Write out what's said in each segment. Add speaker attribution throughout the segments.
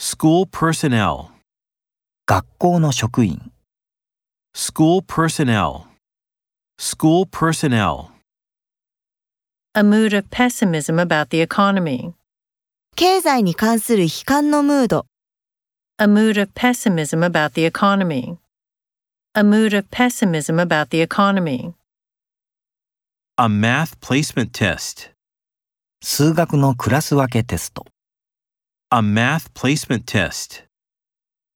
Speaker 1: School personnel.
Speaker 2: 学校の職員、
Speaker 1: School personnel. School personnel.
Speaker 3: a mood of pessimism about the economy,
Speaker 4: 経済に関する悲観のムード、
Speaker 3: a mood of pessimism about the economy, a mood of pessimism about the economy,
Speaker 1: A math placement test.
Speaker 2: 数学のクラス分けテスト、
Speaker 1: A math placement test.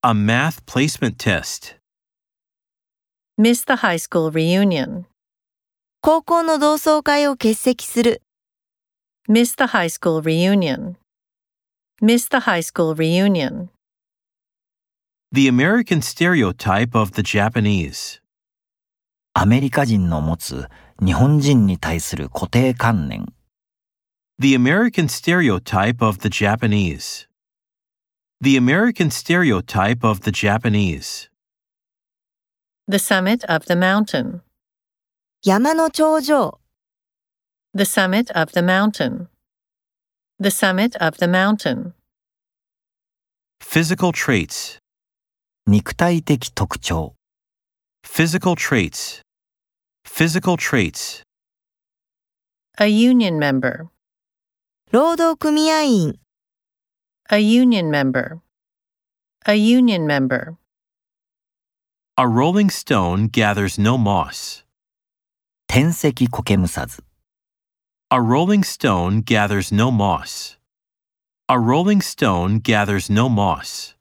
Speaker 1: A math placement test.
Speaker 3: miss the high school reunion,
Speaker 4: 高校の同窓会を欠席する、
Speaker 3: miss the high school reunion, miss the high school reunion,
Speaker 1: The American stereotype of the Japanese.
Speaker 2: アメリカ人の持つ日本人に対する固定観念、
Speaker 1: The American stereotype of the Japanese. The American stereotype of the Japanese.
Speaker 3: the summit of the mountain,
Speaker 4: 山の頂上、
Speaker 3: the summit of the mountain, the summit of the mountain,
Speaker 1: Physical traits.
Speaker 2: 肉体的特徴、
Speaker 1: Physical traits. Physical traits.
Speaker 3: a union member,
Speaker 4: 労働組合員、
Speaker 3: a union member, a union member,
Speaker 1: A rolling stone gathers no moss.
Speaker 2: 天石苔むさず、
Speaker 1: A rolling stone gathers no moss. A rolling stone gathers no moss.